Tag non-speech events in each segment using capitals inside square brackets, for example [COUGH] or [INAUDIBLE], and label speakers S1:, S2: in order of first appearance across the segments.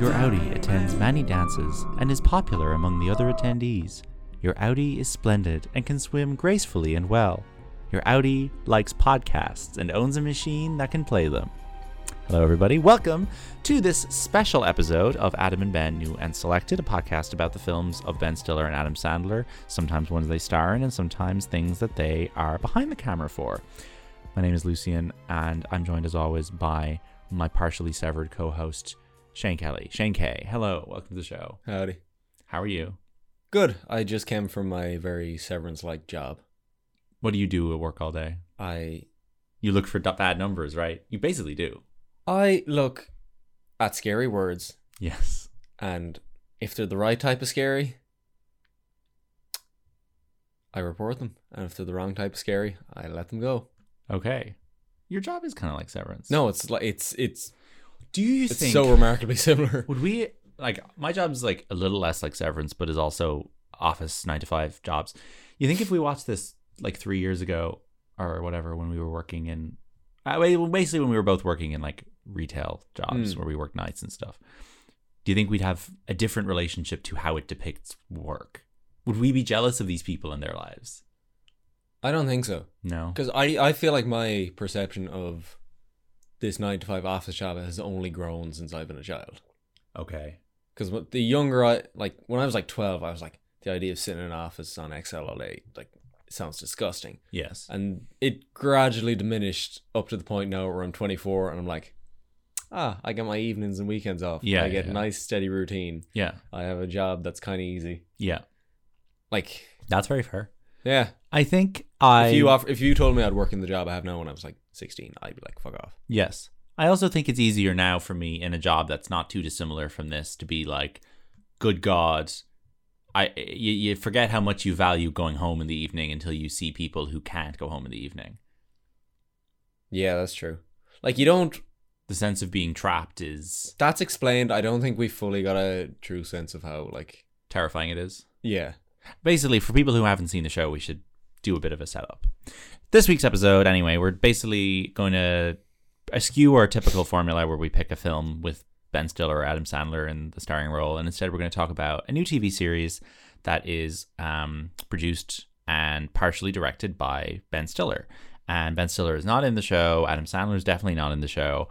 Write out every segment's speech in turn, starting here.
S1: Your Audi attends many dances and is popular among the other attendees. Your Audi is splendid and can swim gracefully and well. Your Audi likes podcasts and owns a machine that can play them. Hello, everybody. Welcome to this special episode of Adam and Ben New and Selected, a podcast about the films of Ben Stiller and Adam Sandler, sometimes ones they star in, and sometimes things that they are behind the camera for. My name is Lucian, and I'm joined as always by my partially severed co host, Shane Kelly. Shane K. Hello. Welcome to the show.
S2: Howdy.
S1: How are you?
S2: Good. I just came from my very severance like job.
S1: What do you do at work all day?
S2: I
S1: You look for d- bad numbers, right? You basically do.
S2: I look at scary words
S1: Yes.
S2: and if they're the right type of scary I report them. And if they're the wrong type of scary, I let them go.
S1: Okay. Your job is kind of like severance.
S2: No, it's like it's it's
S1: Do you
S2: it's
S1: think
S2: so remarkably [LAUGHS] similar.
S1: Would we like my job's like a little less like severance, but is also office nine to five jobs. You think if we watched this like three years ago or whatever when we were working in, uh, well, basically when we were both working in like retail jobs
S2: Mm.
S1: where we worked nights and stuff, do you think we'd have a different relationship to how it depicts work? Would we be jealous of these people in their lives?
S2: I don't think so.
S1: No.
S2: Because I, I feel like my perception of this nine to five office job has only grown since I've been a child.
S1: Okay.
S2: Because the younger I like, when I was like twelve, I was like, the idea of sitting in an office on Excel all day like sounds disgusting.
S1: Yes.
S2: And it gradually diminished up to the point now where I'm 24 and I'm like, ah, I get my evenings and weekends off.
S1: Yeah,
S2: I get
S1: yeah.
S2: a nice steady routine.
S1: Yeah.
S2: I have a job that's kind of easy.
S1: Yeah.
S2: Like,
S1: That's very fair.
S2: yeah.
S1: I think I
S2: If you offer, if you told me I'd work in the job I have now when I was like 16, I'd be like, fuck off.
S1: Yes. I also think it's easier now for me in a job that's not too dissimilar from this to be like, good God, I you, you forget how much you value going home in the evening until you see people who can't go home in the evening.
S2: Yeah, that's true. Like, you don't.
S1: The sense of being trapped is
S2: That's explained. I don't think we fully got a true sense of how, like,
S1: terrifying. It is.
S2: yeah.
S1: basically for people who haven't seen the show we should do a bit of a setup this week's episode anyway we're basically going to eschew our typical formula where we pick a film with ben stiller or adam sandler in the starring role and instead we're going to talk about a new tv series that is um, produced and partially directed by ben stiller and ben stiller is not in the show adam sandler is definitely not in the show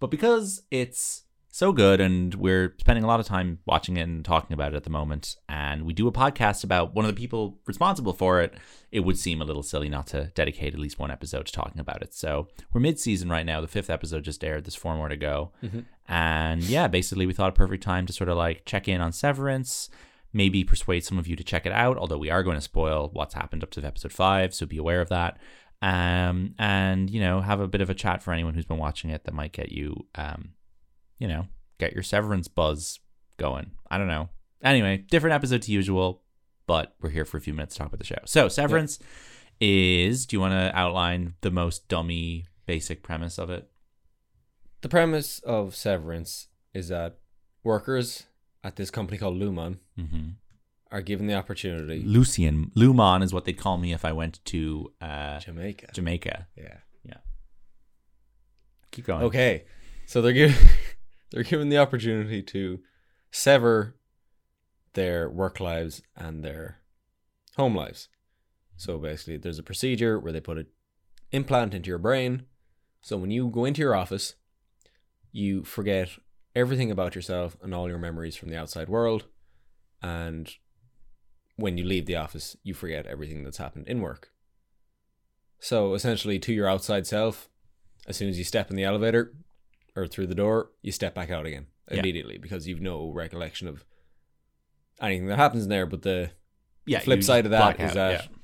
S1: but because it's so good and we're spending a lot of time watching it and talking about it at the moment and we do a podcast about one of the people responsible for it it would seem a little silly not to dedicate at least one episode to talking about it so we're mid-season right now the fifth episode just aired there's four more to go
S2: Mhm.
S1: and yeah basically we thought a perfect time to sort of like check in on severance maybe persuade some of you to check it out although we are going to spoil what's happened up to episode five so be aware of that um, and you know have a bit of a chat for anyone who's been watching it that might get you um, you know, get your severance buzz going. I don't know. Anyway, different episode to usual, but we're here for a few minutes to talk about the show. So, severance is do you want to outline the most dummy basic premise of it?
S2: The premise of Severance is that workers at this company called Lumon
S1: Mm-hmm.
S2: are given the opportunity.
S1: Lucian, Lumon is what they'd call me if I went to uh,
S2: Jamaica.
S1: Jamaica.
S2: yeah.
S1: Keep going.
S2: Okay. So they're given [LAUGHS] they're given the opportunity to sever their work lives and their home lives. So basically, there's a procedure where they put an implant into your brain. So when you go into your office, you forget everything about yourself and all your memories from the outside world. And when you leave the office, you forget everything that's happened in work. So essentially, to your outside self, as soon as you step in the elevator or through the door, you step back out again
S1: Yeah.
S2: immediately because you've no recollection of anything that happens in there. But the
S1: Yeah.
S2: Flip
S1: you
S2: side of that
S1: block
S2: is uh,
S1: out,
S2: that
S1: yeah.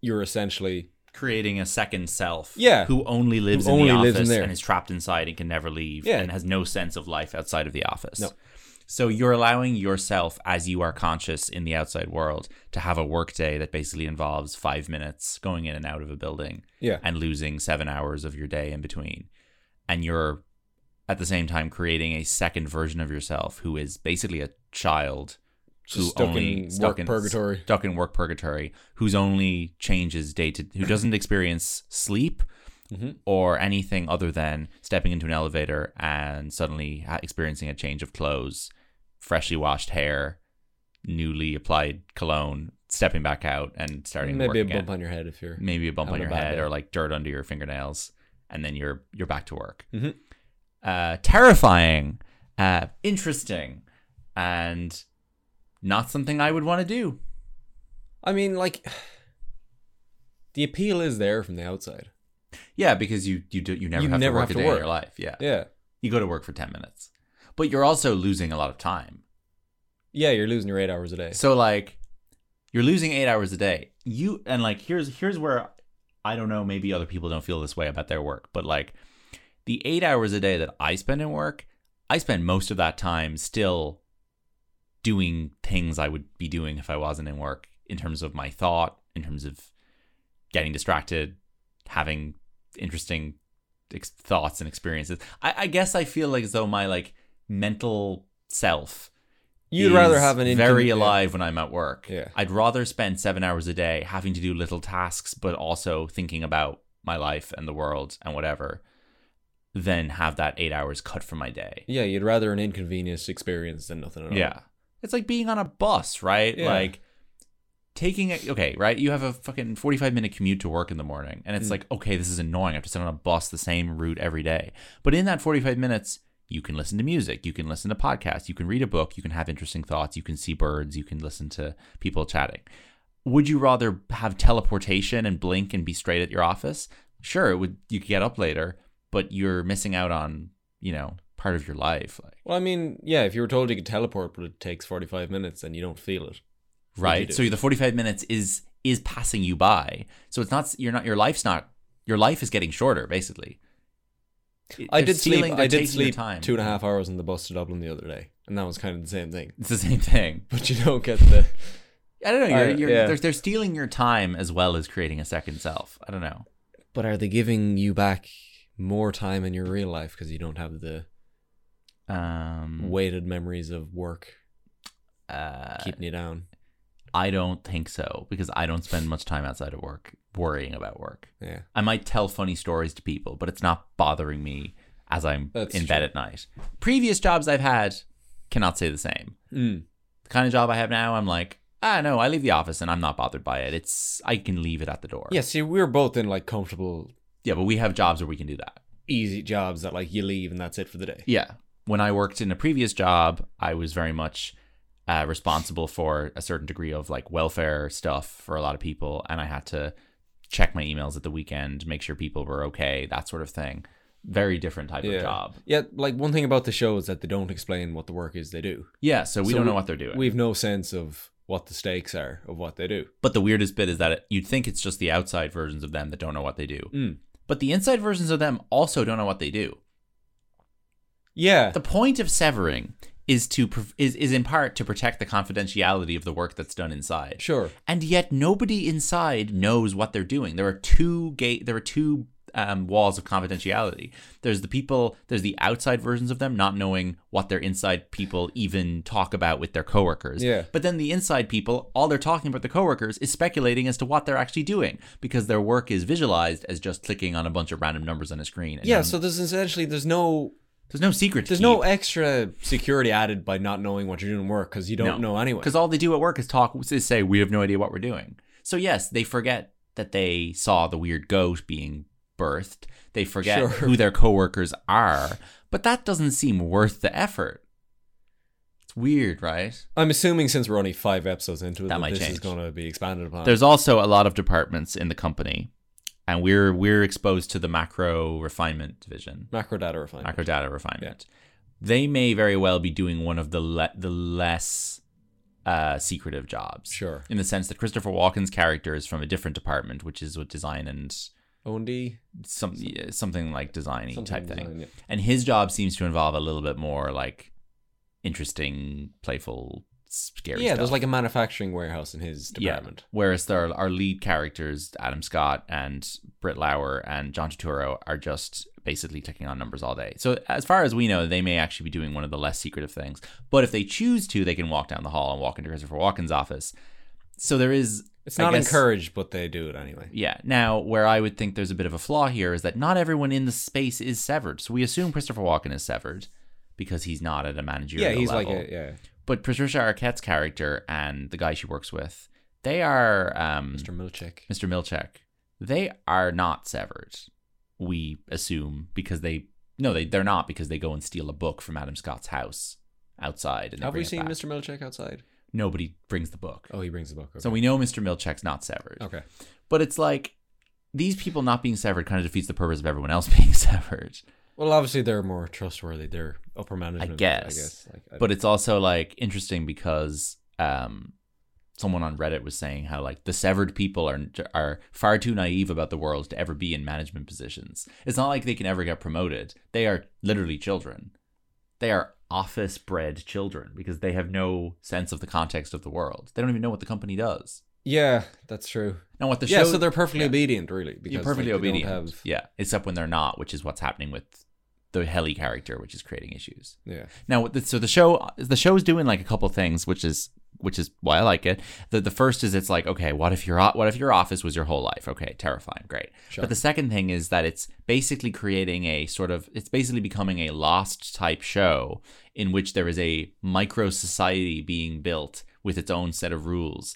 S2: you're essentially
S1: creating a second self.
S2: Yeah.
S1: Who only lives
S2: Who
S1: in the
S2: only
S1: office
S2: lives in there.
S1: and is trapped inside and can never leave
S2: Yeah.
S1: and has no sense of life outside of the office.
S2: No.
S1: So you're allowing yourself, as you are conscious in the outside world, to have a work day that basically involves five minutes going in and out of a building
S2: yeah
S1: and losing seven hours of your day in between. And you're at the same time creating a second version of yourself who is basically a child
S2: just
S1: who
S2: stuck
S1: only
S2: in
S1: stuck
S2: work
S1: in-
S2: purgatory.
S1: stuck in work purgatory, whose only changes day to who doesn't experience sleep
S2: Mhm.
S1: or anything other than stepping into an elevator and suddenly ha- experiencing a change of clothes, freshly washed hair, newly applied cologne, stepping back out and starting to work
S2: Maybe a
S1: again.
S2: bump on your head if you're.
S1: maybe a bump
S2: on
S1: on
S2: a
S1: your
S2: bad
S1: head
S2: day.
S1: or like dirt under your fingernails, and then you're you're back to work.
S2: Mhm.
S1: Uh, terrifying, uh, interesting, and not something I would want to do.
S2: I mean, like, [SIGHS] the appeal is there from the outside.
S1: Yeah, because you you do you never
S2: You
S1: have
S2: never
S1: to work
S2: have
S1: a
S2: to
S1: day in
S2: work.
S1: your life. Yeah.
S2: Yeah.
S1: you go to work for ten minutes, but you're also losing a lot of time.
S2: Yeah, you're losing your eight hours a day.
S1: So like, you're losing eight hours a day. You and like here's here's where I don't know. Maybe other people don't feel this way about their work, but like the eight hours a day that I spend in work, I spend most of that time still doing things I would be doing if I wasn't in work. In terms of my thought, in terms of getting distracted, having interesting ex- thoughts and experiences. I, I guess I feel like as though my like mental self
S2: You'd rather
S1: is
S2: have an
S1: very
S2: intimate-
S1: alive when I'm at work.
S2: Yeah.
S1: I'd rather spend seven hours a day having to do little tasks, but also thinking about my life and the world and whatever, than have that eight hours cut from my day.
S2: Yeah, you'd rather an inconvenienced experience than nothing at all.
S1: Yeah. It's like being on a bus, right?
S2: Yeah.
S1: Like taking a okay, right? You have a fucking 45 minute commute to work in the morning and it's
S2: Mm.
S1: like, okay, this is annoying. I have to sit on a bus the same route every day. But in that 45 minutes, you can listen to music, you can listen to podcasts, you can read a book, you can have interesting thoughts, you can see birds, you can listen to people chatting. Would you rather have teleportation and blink and be straight at your office? Sure, it would you could get up later, but you're missing out on, you know, part of your life. Like
S2: Well, I mean, yeah, if you were told you could teleport, but it takes 45 minutes and you don't feel it. Would you
S1: right
S2: do?
S1: so the 45 minutes is is passing you by so it's not you're not your life's not your life is getting shorter basically It-
S2: I
S1: they're
S2: did sleep.
S1: stealing-
S2: I
S1: they're
S2: did
S1: taking your
S2: sleep two and a half hours on the bus to Dublin the other day, and that was kind of the same thing. [LAUGHS]
S1: it's the same thing
S2: But you don't get the.
S1: i don't know you're,
S2: I-
S1: you're,
S2: yeah.
S1: they're, they're stealing your time as well as creating a second self i don't know
S2: [LAUGHS] But are they giving you back more time in your real life because you don't have the
S1: um
S2: weighted memories of work
S1: uh,
S2: keeping you down?
S1: i don't think so because i don't spend much time outside of work worrying about work
S2: Yeah.
S1: I might tell funny stories to people, but it's not bothering me as I'm
S2: That's
S1: in bed
S2: true.
S1: at night. Previous jobs I've had cannot say the same.
S2: Mm.
S1: The kind of job I have now, I'm like, ah, no, I leave the office and I'm not bothered by it. It's I can leave it at the door.
S2: Yeah. See, we were both in like comfortable,
S1: yeah, but we have jobs where we can do that.
S2: easy jobs that like you leave and that's it for the day.
S1: Yeah. When I worked in a previous job, I was very much uh, responsible for a certain degree of like welfare stuff for a lot of people, and I had to check my emails at the weekend, make sure people were okay, that sort of thing. Very different type
S2: Yeah.
S1: of job.
S2: Yeah, like one thing about the show is that they don't explain what the work is they do.
S1: Yeah, so we
S2: So
S1: don't know
S2: we-
S1: what they're doing.
S2: We've no sense of what the stakes are of what they do.
S1: but the weirdest bit is that it, you'd think it's just the outside versions of them that don't know what they do.
S2: Mm.
S1: But the inside versions of them also don't know what they do.
S2: Yeah,
S1: The point of severing is to prov- is is in part to protect the confidentiality of the work that's done inside.
S2: sure.
S1: And yet nobody inside knows what they're doing. There are two gate there are two um, walls of confidentiality. There's the people, there's the outside versions of them not knowing what their inside people even talk about with their coworkers.
S2: Yeah.
S1: But then the inside people, all they're talking about the coworkers is speculating as to what they're actually doing because their work is visualized as just clicking on a bunch of random numbers on a screen. And
S2: Yeah,
S1: none-
S2: so there's essentially there's no
S1: there's no secret.
S2: there's no extra security added by not knowing what you're doing at work because you don't know anyway.
S1: because all they do at work is talk is say we have no idea what we're doing. So yes, they forget that they saw the weird goat being birthed. They forget
S2: Sure.
S1: who their coworkers are, but that doesn't seem worth the effort. It's weird, right?
S2: I'm assuming since we're only five episodes into it,
S1: That
S2: that,
S1: might
S2: this is
S1: change.
S2: going to be expanded upon.
S1: There's also a lot of departments in the company, and we're we're exposed to the macro refinement division,
S2: macro data refinement.
S1: macro data refinement. They may very well be doing one of the le- the less uh, secretive jobs.
S2: Sure.
S1: in the sense that Christopher Walken's character is from a different department, which is with design and
S2: O&D.
S1: some yeah, something like designy
S2: something
S1: type thing.
S2: design, yeah.
S1: And his job seems to involve a little bit more like interesting, playful, scary.
S2: Yeah,
S1: stuff.
S2: there's like a manufacturing warehouse in his department.
S1: Whereas there, our lead characters, Adam Scott and Britt Lauer and John Turturro, are just basically clicking on numbers all day. So as far as we know, they may actually be doing one of the less secretive things. But if they choose to, they can walk down the hall and walk into Christopher Walken's office. So there is
S2: It's
S1: I
S2: not
S1: guess-
S2: encouraged, but they do it anyway.
S1: Yeah. Now, where I would think there's a bit of a flaw here is that not everyone in the space is severed. So we assume Christopher Walken is severed because he's not at a managerial
S2: Yeah, he's
S1: level.
S2: like a, yeah,
S1: But Patricia Arquette's character and the guy she works with, they are um,
S2: Mr. Milchick.
S1: Mr. Milchek. They are not severed. We assume because they no, they they're not because they go and steal a book from Adam Scott's house outside. And they
S2: Have we
S1: bring it
S2: seen
S1: back.
S2: Mr. Milchick outside?
S1: Nobody brings the book,
S2: Oh, he brings the book. Okay.
S1: so we know Mr. Milchek's not severed.
S2: okay.
S1: But it's like these people not being severed kind of defeats the purpose of everyone else [LAUGHS] being severed.
S2: Well, obviously they're more trustworthy. They're upper management. I
S1: guess.
S2: guess. Like, I
S1: but it's also like interesting because um someone on reddit was saying how like the severed people are are far too naive about the world to ever be in management positions it's not like they can ever get promoted they are literally children they are office bred children because they have no sense of the context of the world they don't even know what the company does
S2: yeah, that's true.
S1: now what the
S2: yeah,
S1: show
S2: so they're perfectly
S1: yeah.
S2: obedient, really. Because,
S1: you're perfectly
S2: like, they don't
S1: obedient
S2: have-
S1: yeah except when they're not which is what's happening with the heli character which is creating issues
S2: yeah.
S1: Now, with the- so the show the show's doing like a couple things, which is which is why I like it. The the first is it's like okay, what if your o- what if your office was your whole life? Okay, terrifying, great.
S2: Sure.
S1: But the second thing is that it's basically creating a sort of it's basically becoming a lost type show in which there is a micro society being built with its own set of rules.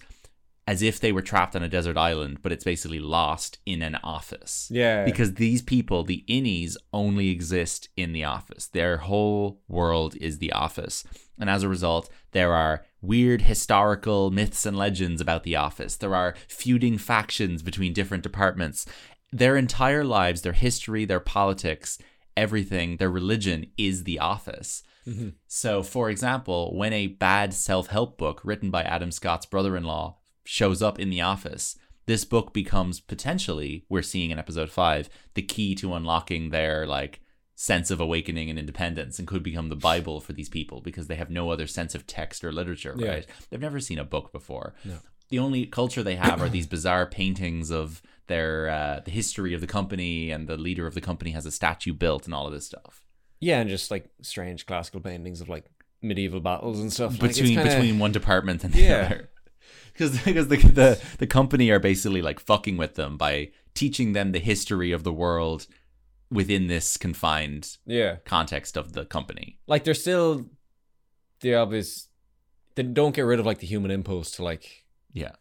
S1: As if they were trapped on a desert island, but it's basically lost in an office
S2: Yeah.
S1: because these people, the innies, only exist in the office. Their whole world is the office. And as a result, there are weird historical myths and legends about the office. There are feuding factions between different departments. Their entire lives, their history, their politics, everything, their religion is the office.
S2: Mhm.
S1: So, for example, when a bad self help book written by Adam Scott's brother in law shows up in the office, this book becomes potentially, we're seeing in episode five, the key to unlocking their like sense of awakening and independence and could become the Bible for these people because they have no other sense of text or literature,
S2: Yeah.
S1: right? They've never seen a book before.
S2: No.
S1: The only culture they have are these bizarre paintings of their uh, the history of the company and the leader of the company has a statue built and all of this stuff.
S2: yeah, and just like strange classical paintings of like medieval battles and stuff. Like, it's
S1: between
S2: kinda-
S1: between one department and
S2: Yeah.
S1: the other. [LAUGHS] Because because the, the the company are basically like fucking with them by teaching them the history of the world within this confined
S2: Yeah.
S1: context of the company.
S2: like they're still the obvious they don't get rid of like the human impulse to like
S1: Yeah.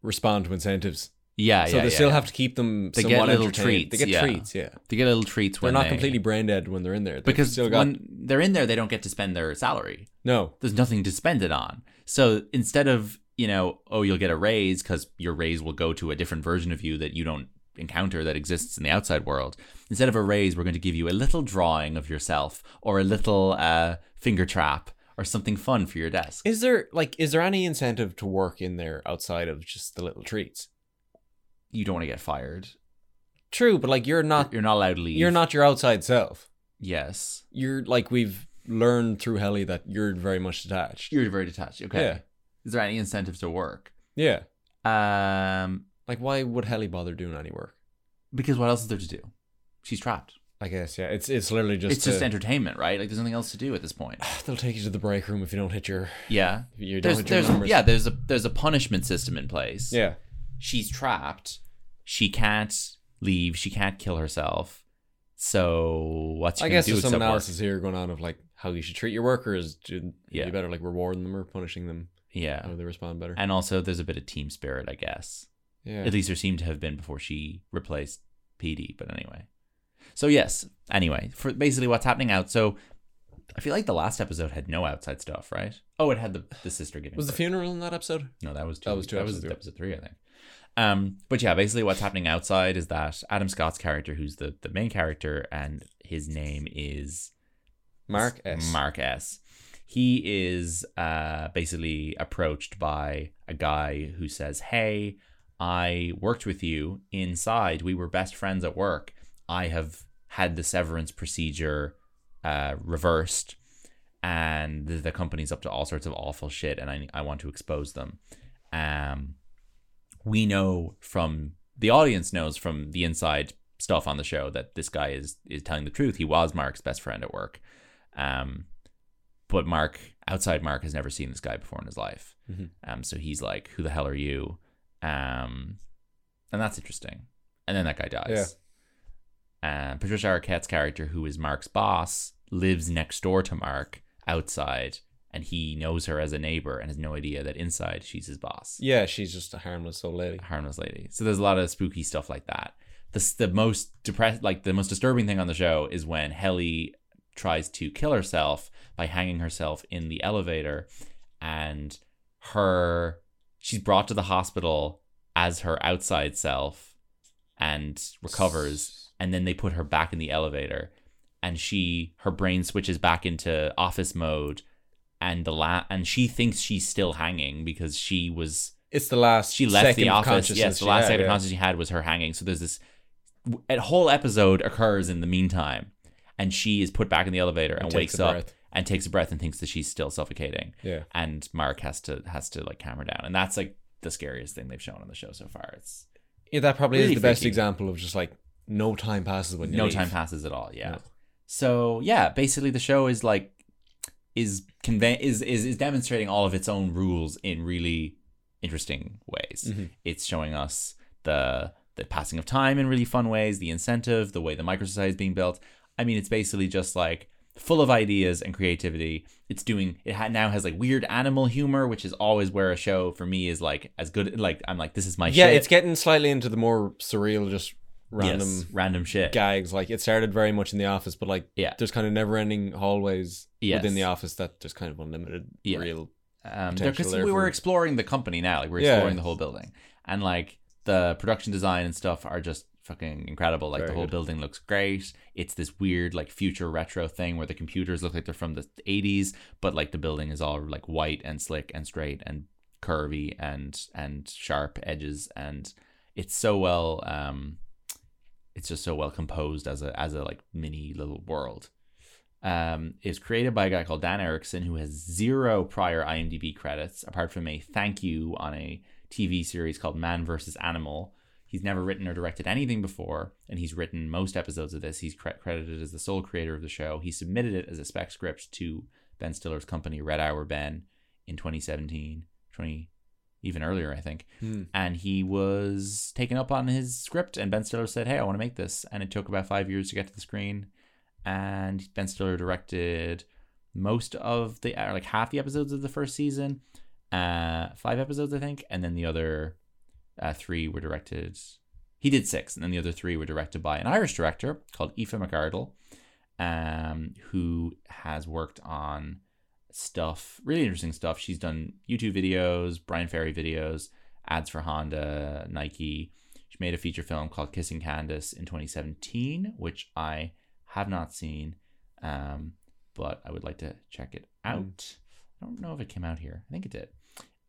S2: respond to incentives
S1: Yeah,
S2: so
S1: Ah, yeah,
S2: they
S1: yeah,
S2: still
S1: yeah.
S2: have to keep them
S1: They get
S2: somewhat
S1: little
S2: entertained.
S1: treats,
S2: they get
S1: yeah.
S2: treats yeah
S1: they get little treats
S2: they're
S1: when
S2: not
S1: they-
S2: completely brain dead when they're in there They've
S1: because
S2: still got
S1: when they're in there, they don't get to spend their salary.
S2: no
S1: There's nothing to spend it on. So instead of you know, oh, you'll get a raise because your raise will go to a different version of you that you don't encounter that exists in the outside world. Instead of a raise, we're going to give you a little drawing of yourself or a little uh, finger trap or something fun for your desk.
S2: is there like is there any incentive to work in there outside of just the little treats
S1: You don't want to get fired.
S2: true but like you're not
S1: You're not allowed to leave.
S2: you're not your outside self
S1: Yes,
S2: you're like we've learned through heli that you're very much detached
S1: you're very detached. Okay.
S2: Yeah.
S1: Is there any incentive to work?
S2: yeah
S1: Um,
S2: like why would heli bother doing any work
S1: because what else is there to do? She's trapped.
S2: i guess yeah it's it's literally just
S1: it's just
S2: a-
S1: entertainment, right? Like there's nothing else to do at this point.
S2: [SIGHS] They'll take you to the break room if you don't hit your
S1: Yeah.
S2: if you don't
S1: There's,
S2: hit your
S1: there's
S2: numbers.
S1: yeah, there's a there's a punishment system in place.
S2: Yeah.
S1: She's trapped. She can't leave. She can't kill herself. So what's she
S2: I
S1: gonna
S2: guess
S1: do
S2: there's some
S1: except work?
S2: analysis here going on of like how you should treat your workers. Should
S1: Yeah.
S2: you better like rewarding them or punishing them?
S1: Yeah.
S2: How they respond better.
S1: And also there's a bit of team spirit, I guess.
S2: Yeah.
S1: At least there seemed to have been before she replaced PD, but anyway. So yes, anyway, for basically what's happening out. So I feel like the last episode had no outside stuff, right? Oh, it had the, the sister giving.
S2: was the
S1: birth.
S2: funeral in that episode?
S1: No, that was two,
S2: That was two
S1: That was
S2: episodes ago.
S1: episode three, I think. Um, but yeah, basically what's happening outside is that Adam Scott's character, who's the the main character, and his name is
S2: Mark S.
S1: Mark S. He is uh, basically approached by a guy who says, Hey, I worked with you inside. We were best friends at work. I have had the severance procedure uh, reversed, and the, the company's up to all sorts of awful shit, and I, I want to expose them. Um, we know from the audience knows from the inside stuff on the show that this guy is is telling the truth. He was Mark's best friend at work. Um, but Mark, outside Mark, has never seen this guy before in his life.
S2: Mhm.
S1: Um, so he's like, "Who the hell are you?" Um, and that's interesting. And then that guy dies.
S2: Yeah.
S1: Uh, Patricia Arquette's character, who is Mark's boss, lives next door to Mark outside, and he knows her as a neighbor and has no idea that inside she's his boss.
S2: Yeah, she's just a harmless old lady.
S1: Harmless lady. So there's a lot of spooky stuff like that. The s- the most depressed, like the most disturbing thing on the show is when Helly tries to kill herself by hanging herself in the elevator, and her she's brought to the hospital as her outside self, and recovers and then they put her back in the elevator and she her brain switches back into office mode and the la- and she thinks she's still hanging because she was
S2: It's the last.
S1: she left
S2: second
S1: the
S2: of
S1: office
S2: consciousness
S1: yes the
S2: she
S1: last
S2: had,
S1: second of
S2: yeah.
S1: consciousness she had was her hanging so there's this a whole episode occurs in the meantime and she is put back in the elevator and,
S2: And takes
S1: wakes
S2: a
S1: up
S2: breath.
S1: and takes a breath and thinks that she's still suffocating
S2: Yeah.
S1: and mark has to has to like calm her down and that's like the scariest thing they've shown on the show so far it's
S2: Yeah, that probably
S1: Really
S2: is the best
S1: freaky.
S2: example of just like no time passes when you
S1: no
S2: leave.
S1: time passes at all yeah
S2: No.
S1: so yeah basically the show is like is convey is, is is demonstrating all of its own rules in really interesting ways
S2: Mhm.
S1: it's showing us the the passing of time in really fun ways the incentive the way the micro society is being built i mean it's basically just like full of ideas and creativity it's doing it ha- now has like weird animal humor which is always where a show for me is like as good like i'm like this is my
S2: Yeah,
S1: shit.
S2: it's getting slightly into the more surreal, just random
S1: Yes, random shit
S2: gags. Like it started very much in the office, but like
S1: Yeah.
S2: there's kind of never ending hallways
S1: Yes.
S2: within the office that there's kind of unlimited
S1: Yeah.
S2: real
S1: um
S2: potential
S1: because
S2: there
S1: we were
S2: for-
S1: exploring the company now like we're
S2: Yeah.
S1: exploring the whole building and like the production design and stuff are just fucking incredible like the
S2: Very
S1: whole
S2: good.
S1: building looks great it's this weird like future retro thing where the computers look like they're from the 80s but like the building is all like white and slick and straight and curvy and and sharp edges and it's so well um it's just so well composed as a as a like mini little world um, is created by a guy called Dan Erickson, who has zero prior IMDb credits apart from a thank you on a TV series called Man vs. Animal. He's never written or directed anything before, and he's written most episodes of this. He's cre- credited as the sole creator of the show. He submitted it as a spec script to Ben Stiller's company, Red Hour Ben, in 2017, 20, even earlier, I think
S2: Hmm.
S1: and he was taken up on his script and ben stiller said hey i want to make this and it took about five years to get to the screen and ben stiller directed most of the or like half the episodes of the first season uh five episodes i think and then the other uh, three were directed he did six and then the other three were directed by an irish director called aoife mcardle um, who has worked on stuff really interesting stuff she's done youtube videos brian ferry videos ads for Honda, Nike. She made a feature film called Kissing Candace in 2017, which I have not seen, um, but I would like to check it out. I don't know if it came out here. I think it did.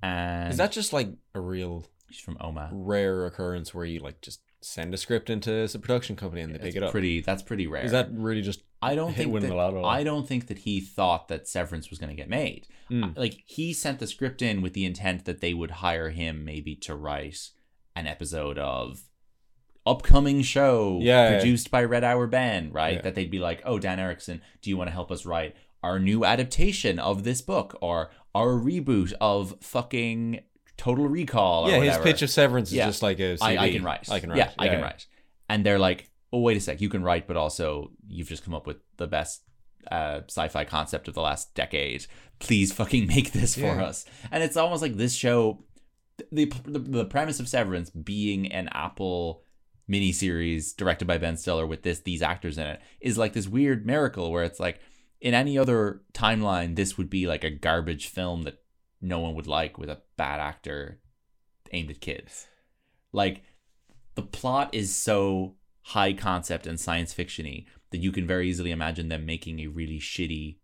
S1: And
S2: Hmm.
S1: Uh.
S2: Is that just like a real
S1: she's from OMA.
S2: rare occurrence where you like just send a script into a production company and they
S1: It's
S2: pick it up?
S1: Pretty. That's pretty rare.
S2: Is that really just
S1: I don't
S2: hit
S1: think
S2: win
S1: that,
S2: the lotto?
S1: I don't think that he thought that Severance was going to get made.
S2: Mm.
S1: Like he sent the script in with the intent that they would hire him maybe to write an episode of upcoming show
S2: Yeah.
S1: produced by Red Hour Ben, right?
S2: Yeah.
S1: That they'd be like, "Oh, Dan Erickson, do you want to help us write our new adaptation of this book or our reboot of fucking Total Recall?" Or
S2: Yeah, his
S1: whatever?
S2: pitch of severance is
S1: Yeah.
S2: just like a
S1: I, I
S2: CD.
S1: can write.
S2: I can write.
S1: Yeah, I can write. And they're like, oh, wait a sec, you can write, but also you've just come up with the best uh, sci-fi concept of the last decade. Please fucking [LAUGHS] make this for
S2: Yeah.
S1: us. And it's almost like this show, the, the the premise of Severance being an Apple miniseries directed by Ben Stiller with this these actors in it is like this weird miracle where it's like in any other timeline this would be like a garbage film that no one would like with a bad actor aimed at kids. Like the plot is so high concept and science fictiony that you can very easily imagine them making a really shitty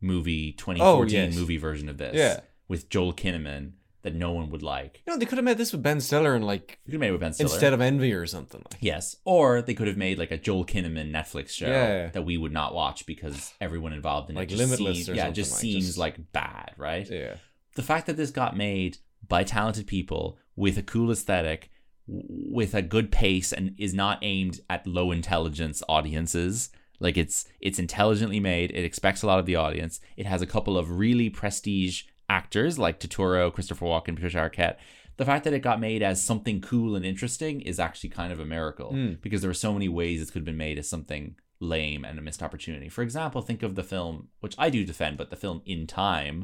S1: movie 2014
S2: Oh, yes.
S1: movie version of this
S2: Yeah.
S1: with Joel Kinnaman that no one would like.
S2: You know, they could have made this with Ben Stiller and like
S1: You could have made it with Ben Stiller.
S2: instead of Envy or something. Like,
S1: yes, or they could have made like a Joel Kinnaman Netflix show
S2: Yeah.
S1: that we would not watch because everyone involved in
S2: Like
S1: it just
S2: Limitless
S1: seems,
S2: or
S1: yeah,
S2: something
S1: just
S2: like
S1: seems
S2: just-
S1: like bad, right?
S2: yeah.
S1: the fact that this got made by talented people with a cool aesthetic w- with a good pace and is not aimed at low intelligence audiences like it's it's intelligently made it expects a lot of the audience it has a couple of really prestige actors like Totoro, Christopher Walken, Patricia Arquette the fact that it got made as something cool and interesting is actually kind of a miracle
S2: Mm.
S1: because there were so many ways it could have been made as something lame and a missed opportunity. For example, think of the film, which I do defend, but the film In Time,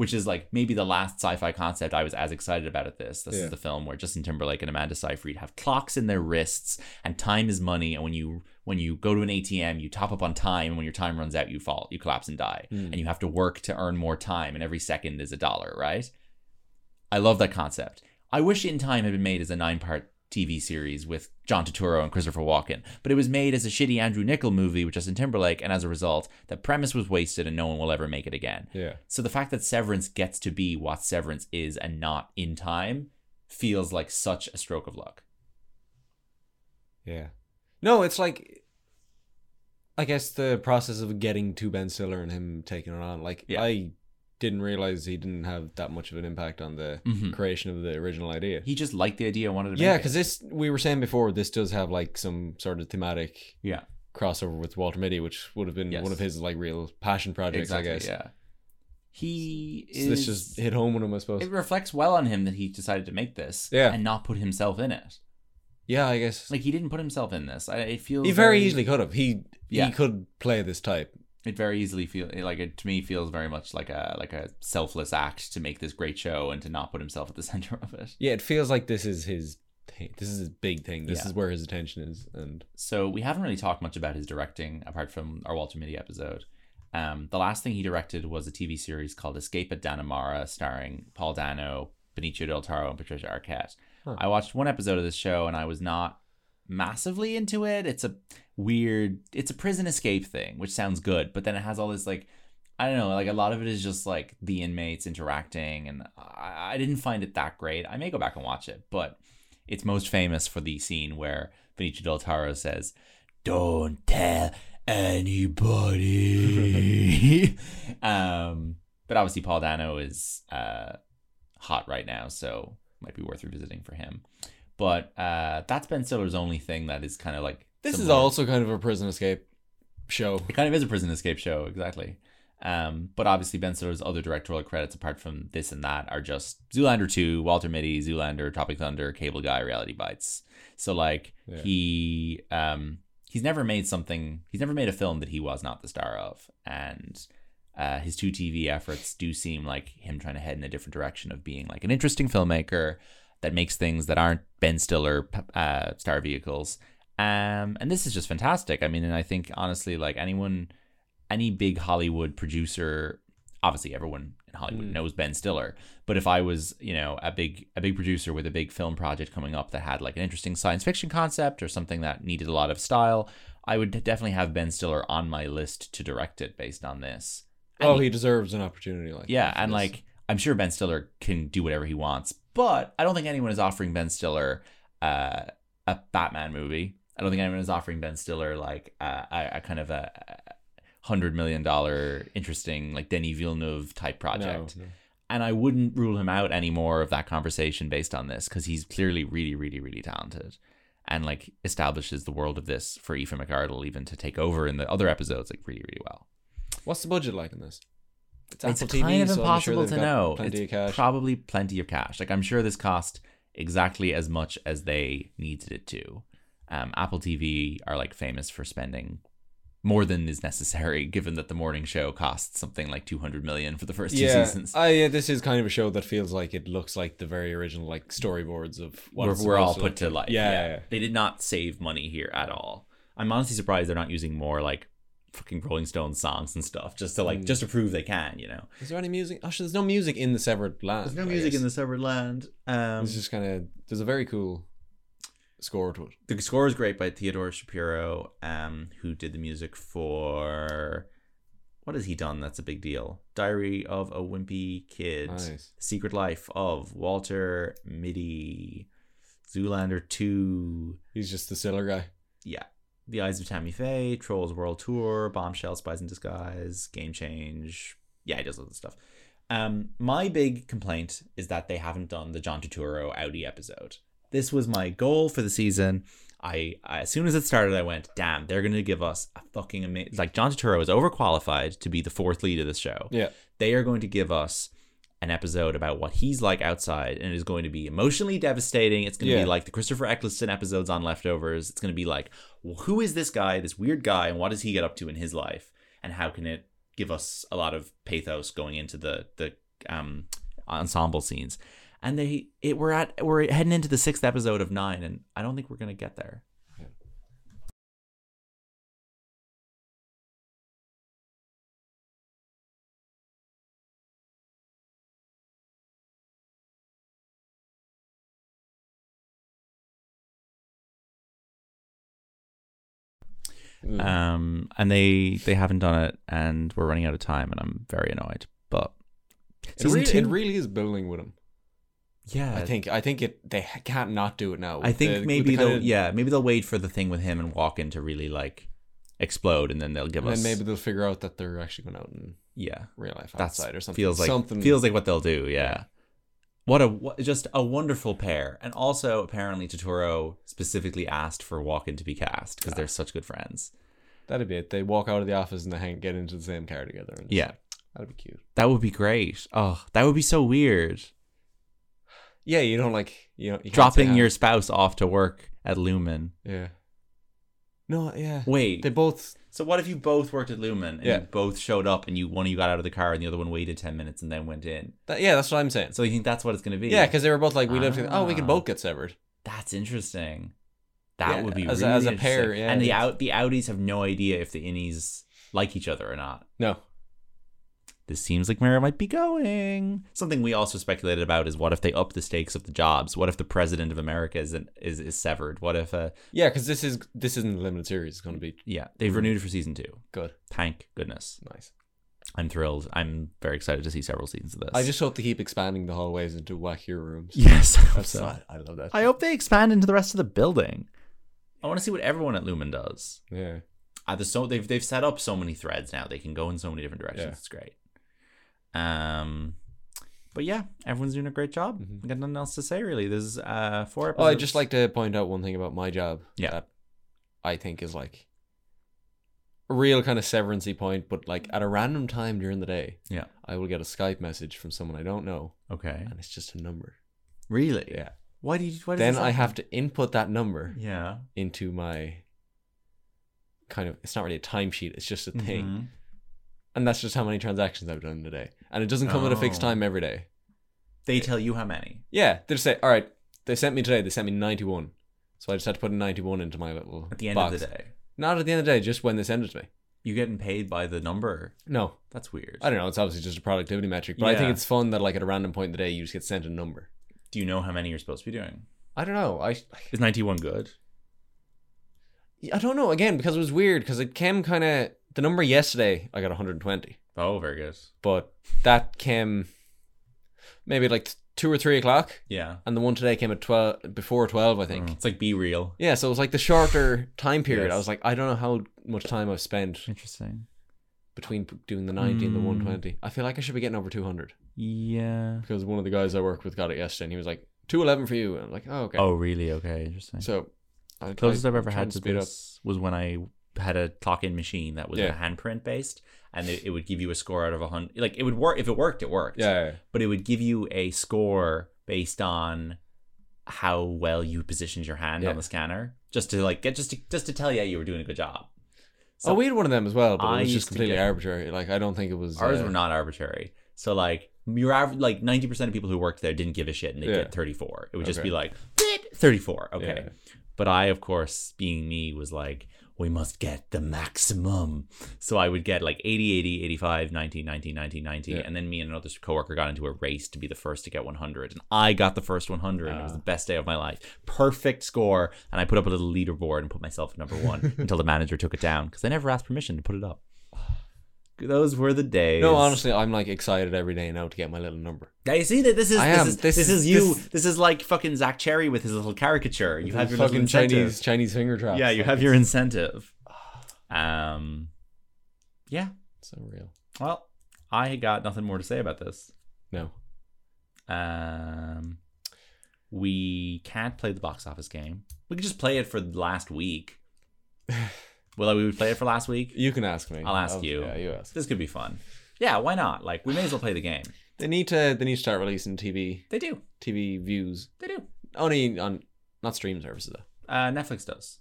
S1: which is like maybe the last sci-fi concept I was as excited about at this. This
S2: Yeah.
S1: is the film where Justin Timberlake and Amanda Seyfried have clocks in their wrists and time is money and when you when you go to an ATM, you top up on time and when your time runs out, you fall, you collapse and die.
S2: Mm.
S1: And you have to work to earn more time and every second is a dollar, right? I love that concept. I wish In Time had been made as a nine part TV series with John Turturro and Christopher Walken, but it was made as a shitty Andrew Nichol movie with Justin Timberlake, and as a result, the premise was wasted and no one will ever make it again.
S2: Yeah.
S1: So the fact that Severance gets to be what Severance is and not In Time feels like such a stroke of luck.
S2: Yeah. No, it's like I guess the process of getting to Ben Stiller and him taking it on. Like
S1: Yeah.
S2: I didn't realize he didn't have that much of an impact on the
S1: Mhm.
S2: creation of the original idea.
S1: He just liked the idea and wanted to
S2: Mm-hmm. yeah,
S1: make
S2: because
S1: it.
S2: this we were saying before, this does have like some sort of thematic
S1: Yeah.
S2: crossover with Walter Mitty, which would have been
S1: Yes.
S2: one of his like real passion projects,
S1: exactly.
S2: I guess.
S1: Yeah. He
S2: So
S1: is
S2: this just hit home with him, I suppose.
S1: it reflects well on him that he decided to make this
S2: Yeah.
S1: and not put himself in it.
S2: yeah, I guess.
S1: Like he didn't put himself in this. I, it feels
S2: he very easily could have. He
S1: Yeah.
S2: he could play this type.
S1: It very easily feel like it to me feels very much like a like a selfless act to make this great show and to not put himself at the [LAUGHS] center of it.
S2: Yeah, it feels like this is his thing. This is his big thing. This
S1: Yeah.
S2: is where his attention is. And
S1: So we haven't really talked much about his directing apart from our Walter Mitty episode. Um, the last thing he directed was a TV series called Escape at Dannemora, starring Paul Dano, Benicio del Toro, and Patricia Arquette.
S2: Huh.
S1: I watched one episode of this show and I was not massively into it. It's a weird, it's a prison escape thing, which sounds good, but then it has all this like, I don't know, like a lot of it is just like the inmates interacting, and I, I didn't find it that great. I may go back and watch it, but it's most famous for the scene where Benicio del Toro says, "Don't tell anybody." um, but obviously, Paul Dano is uh, hot right now, so might be worth revisiting for him. But uh, that's Ben Stiller's only thing that is kind of like
S2: this is
S1: similar.
S2: also kind of a prison escape show.
S1: It kind of is a prison escape show, exactly. Um, but obviously, Ben Stiller's other directorial credits, apart from this and that, are just Zoolander 2, Walter Mitty, Zoolander, Tropic Thunder, Cable Guy, Reality Bites. So, like,
S2: Yeah.
S1: he um, he's never made something, he's never made a film that he was not the star of. And uh, his two TV efforts do seem like him trying to head in a different direction of being like an interesting filmmaker that makes things that aren't Ben Stiller uh, star vehicles. Um, and this is just fantastic. I mean, and I think honestly, like anyone, any big Hollywood producer, obviously everyone in Hollywood
S2: Mm.
S1: knows Ben Stiller. But if I was, you know, a big a big producer with a big film project coming up that had like an interesting science fiction concept or something that needed a lot of style, I would definitely have Ben Stiller on my list to direct it based on this. And
S2: Oh, he deserves an opportunity. Like
S1: yeah,
S2: for
S1: and
S2: this.
S1: like I'm sure Ben Stiller can do whatever he wants, but I don't think anyone is offering Ben Stiller uh, a Batman movie. I don't think anyone is offering Ben Stiller like uh, a, a kind of a a hundred million dollar interesting like Denis Villeneuve type
S2: No,
S1: project.
S2: no.
S1: And I wouldn't rule him out anymore of that conversation based on this because he's clearly really, really, really talented. And like establishes the world of this for Ethan McArdle even to take over in the other episodes like really, really well.
S2: What's the budget like in this?
S1: It's
S2: Apple TV,
S1: kind of
S2: so I'm sure
S1: impossible
S2: they've
S1: to
S2: got
S1: know.
S2: Plenty
S1: it's
S2: of cash.
S1: probably plenty of cash. Like I'm sure this cost exactly as much as they needed it to. Um, Apple TV are like famous for spending more than is necessary, [LAUGHS] given that the morning show costs something like 200 million for the first two
S2: yeah, Uh,
S1: seasons.
S2: I, yeah, this is kind of a show that feels like it looks like the very original like storyboards of what
S1: we're,
S2: it's
S1: we're all put
S2: supposed
S1: to life.
S2: Yeah, yeah, yeah.
S1: They did not save money here at all. I'm honestly surprised they're not using more like fucking Rolling Stones songs and stuff just to like
S2: Mm.
S1: just to prove they can, you know.
S2: to. Is there any music? Oh, there's no music in the Severed Land. I guess.
S1: severed land. Um,
S2: It's just kind of. There's a very cool score to it.
S1: the score is great by Theodore Shapiro, um, who did the music for what has he done? That's a big deal. Diary of a Wimpy Kid,
S2: Nice.
S1: Secret Life of Walter Mitty, Zoolander Two,
S2: He's just the Stiller guy.
S1: The Eyes of Tammy Faye, Trolls World Tour, Bombshell, Spies in Disguise, Game Change. Yeah, he does lots of stuff. Um, my big complaint is that they haven't done the John Turturro Audi episode. This was my goal for the season. I, I as soon as it started, I went, "Damn, they're gonna give us a fucking amazing." Like John Turturro is overqualified to be the fourth lead of this show.
S2: Yeah.
S1: they are going to give us an episode about what he's like outside, and it is going to be emotionally devastating. It's going to
S2: Yeah.
S1: be like the Christopher Eccleston episodes on Leftovers. It's going to be like, well, who is this guy, this weird guy, and what does he get up to in his life, and how can it give us a lot of pathos going into the the um, ensemble scenes? And they, it, we're at we're heading into the sixth episode of nine, and I don't think we're going to get there.
S2: Mm.
S1: Um, and they they haven't done it, and we're running out of time, and I'm very annoyed. But
S2: it,
S1: season
S2: really,
S1: two,
S2: it really is building with him.
S1: yeah,
S2: I think I think it they ha- can't not do it now.
S1: I think
S2: The- with
S1: maybe
S2: the
S1: they'll
S2: kinda-
S1: yeah maybe they'll wait for the thing with him and Walken to really like explode, and then they'll give
S2: And
S1: us
S2: then maybe they'll figure out that they're actually going out in
S1: yeah
S2: real life
S1: that's
S2: outside or something.
S1: feels like
S2: something
S1: feels like what they'll do yeah. What a what, just a wonderful pair, and also apparently Totoro specifically asked for Walken to be cast because
S2: Ah.
S1: they're such good friends.
S2: that'd be it. They walk out of the office and they hang, get into the same car together. And it's
S1: Yeah.
S2: like, that'd be cute.
S1: That would be great. Oh, that would be so weird.
S2: Yeah, you don't like you know you can't say
S1: Dropping
S2: hi.
S1: your spouse off to work at Lumen.
S2: yeah. No, yeah.
S1: Wait,
S2: They both
S1: So what if you both worked at Lumen and
S2: Yeah.
S1: you both showed up and you one of you got out of the car and the other one waited ten minutes and then went in?
S2: that, yeah, that's what I'm saying.
S1: So you think that's what it's going to be?
S2: Yeah, because they were both like, we lived. together. Oh, we
S1: Ah.
S2: could both get severed.
S1: that's interesting. That
S2: Yeah,
S1: would be
S2: as a-
S1: really
S2: as a pair,
S1: interesting.
S2: yeah,
S1: And the
S2: it's-
S1: out the Audis have no idea if the innies like each other or not.
S2: No,
S1: This seems like where it might be going. Something we also speculated about is what if they up the stakes of the jobs? What if the president of America is is, is severed? What if uh
S2: yeah, because this is this isn't a limited series. It's gonna be
S1: yeah they've renewed for season two?
S2: good.
S1: Thank goodness.
S2: Nice.
S1: I'm thrilled. I'm very excited to see several seasons of this.
S2: I just hope they keep expanding the hallways into wackier
S1: [LAUGHS]
S2: rooms.
S1: yes. I hope
S2: That's
S1: so.
S2: I, I love that.
S1: I hope they expand into the rest of the building. I want to see what everyone at Lumen does.
S2: yeah.
S1: Uh, there's so they've they've set up so many threads now. They can go in so many different directions.
S2: Yeah.
S1: It's great. Um, but yeah, everyone's doing a great job.
S2: Mhm.
S1: I got nothing else to say really. There's uh four
S2: Oh,
S1: episodes.
S2: I'd just like to point out one thing about my job.
S1: Yeah.
S2: That I think is like a real kind of severancy point, but like at a random time during the day,
S1: Yeah.
S2: I will get a Skype message from someone I don't know,
S1: Okay.
S2: and it's just a number.
S1: Really?
S2: Yeah.
S1: Why do you? Why does
S2: Then
S1: this
S2: I
S1: happen?
S2: have to input that number
S1: Yeah.
S2: into my kind of. It's not really a timesheet. It's just a thing.
S1: Mhm.
S2: and that's just how many transactions I've done in a day. And it doesn't come at a fixed
S1: Oh.
S2: time every day.
S1: They tell you how many.
S2: Yeah, they just say, all right, they sent me today. They sent me ninety-one, so I just had to put a ninety-one into my little
S1: At the end
S2: box.
S1: of the day,
S2: Not at the end of the day, just when they send it to me.
S1: you getting paid by the number.
S2: No,
S1: That's weird.
S2: I don't know. It's obviously just a productivity metric, but I
S1: Yeah.
S2: think it's fun that like at a random point in the day, you just get sent a number.
S1: Do you know how many you're supposed to be doing?
S2: I don't know. I
S1: Is 91 good?
S2: I don't know again because it was weird because it came kind of the number yesterday. I got one hundred and twenty,
S1: Oh, very good.
S2: but that came maybe like two or three o'clock,
S1: Yeah.
S2: and the one today came at twelve before twelve, I think.
S1: Mm. It's like be real.
S2: Yeah, so it was like the shorter time period. I
S1: Yes.
S2: was like, I don't know how much time I've spent
S1: Interesting.
S2: between p- doing the 90 and the
S1: Mm.
S2: 120. I feel like I should be getting over 200
S1: Yeah.
S2: because one of the guys I work with got it yesterday and he was like, 211 for you. And I'm like, oh, okay.
S1: Oh, really? Okay, interesting.
S2: So, I
S1: Closest
S2: I-
S1: I've ever
S2: trying
S1: had to this was when I had a clock-in machine that was
S2: Yeah.
S1: handprint based, and it, it would give you a score out of a hundred. Like it would work if it worked, it worked.
S2: Yeah, yeah, yeah.
S1: But it would give you a score based on how well you positioned your hand
S2: Yeah.
S1: on the scanner, just to like get just to just to tell you you were doing a good job. So-
S2: oh, we had one of them as well, but
S1: I
S2: it was
S1: used
S2: just
S1: to
S2: completely
S1: get-
S2: arbitrary. Like, I don't think it was.
S1: Ours
S2: uh,
S1: were not arbitrary. So like your average, like ninety percent of people who worked there didn't give a shit, and they
S2: Yeah.
S1: did thirty four. It would just
S2: Okay.
S1: be like thirty four. Okay.
S2: Yeah.
S1: But I, of course, being me, was like, we must get the maximum. So I would get like 80, 80, 85, 90, 90, 90, 90.
S2: Yeah.
S1: And then me and another coworker got into a race to be the first to get 100. And I got the first 100. and it was the best day of my life. Perfect score. And I put up a little leaderboard and put myself at number [LAUGHS] one until the manager took it down because I never asked permission to put it up. [SIGHS] Those were the days.
S2: No, honestly, I'm like excited every day now to get my little number.
S1: Now you see that this is
S2: I
S1: this
S2: am.
S1: is this,
S2: This
S1: is
S2: is-
S1: you. This,
S2: this-
S1: is like fucking Zach Cherry with his little caricature. You have your little
S2: fucking
S1: incentive.
S2: Chinese Chinese finger traps.
S1: Yeah, you
S2: Like,
S1: have your incentive. Um, yeah.
S2: It's so real.
S1: Well, I got nothing more to say about this.
S2: No.
S1: Um, we can't play the box office game. We could just play it for last
S2: [LAUGHS]
S1: week. Well, we would play it for last week.
S2: You can ask me. Oh,
S1: I'll ask you.
S2: Yeah, you ask.
S1: This could be fun. Yeah, why not? Like, we may as well play the game.
S2: They need to. They need to start releasing TV
S1: They do.
S2: TV views
S1: They do.
S2: only on not stream services though.
S1: Uh, Netflix does.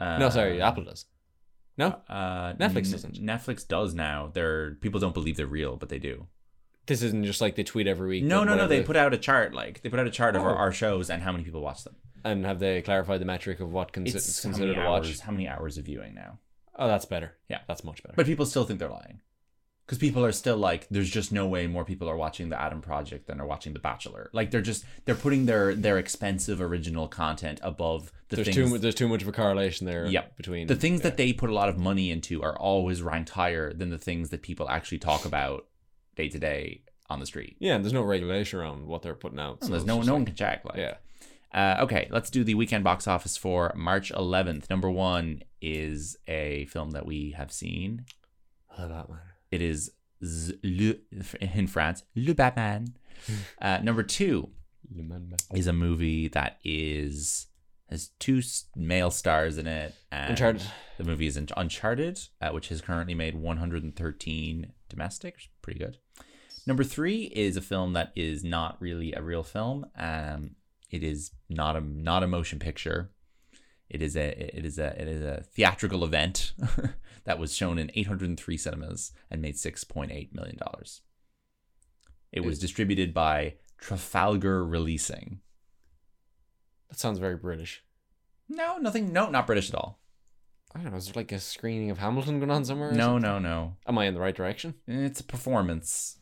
S1: Uh,
S2: no, sorry, Apple does. No,
S1: Uh,
S2: Netflix
S1: N-
S2: doesn't.
S1: Netflix does now. They're people don't believe they're real, but they do.
S2: this isn't just like they tweet every week.
S1: No,
S2: with
S1: no, no. They
S2: whatever-
S1: put out a chart. Like they put out a chart of our,
S2: Oh.
S1: our shows and how many people watch them.
S2: and have they clarified the metric of what cons-
S1: It's
S2: is considered
S1: how
S2: a
S1: many
S2: watch?
S1: hours, how many hours of viewing now?
S2: Oh, that's better.
S1: Yeah.
S2: that's much better.
S1: But people still think they're lying. Because people are still like, there's just no way more people are watching The Adam Project than are watching The Bachelor. Like they're just they're putting their their expensive original content above the
S2: there's
S1: things.
S2: too mu- there's too much of a correlation there.
S1: Yep.
S2: between
S1: the things that they put a lot of money into are always ranked higher than the things that people actually talk about day to day on the street.
S2: yeah, and there's no regulation around what they're putting out.
S1: So
S2: so
S1: there's
S2: it's
S1: no
S2: just
S1: no
S2: like-
S1: one can check. Like,
S2: yeah,
S1: Uh, okay, let's do the weekend box office for March 11th. Number one is a film that we have seen.
S2: oh, that man.
S1: It is Z- Le, in France, Le Batman. Uh, number two
S2: Le Man Man.
S1: is a movie that is has two s- male stars in it. And
S2: Uncharted.
S1: The movie is Unch- Uncharted, uh, which has currently made 113 domestic. which is Pretty good. Number three is a film that is not really a real film. Um, it is not a not a motion picture. It is a it is a it is a theatrical event [LAUGHS] that was shown in 803 cinemas and made 6.8 million dollars. It was
S2: It-
S1: distributed by Trafalgar Releasing.
S2: That sounds very British.
S1: No, nothing. No, not British at all.
S2: I don't know. Is there like a screening of Hamilton going on somewhere? or
S1: No,
S2: something?
S1: no, no.
S2: Am I in the right direction?
S1: It's a performance.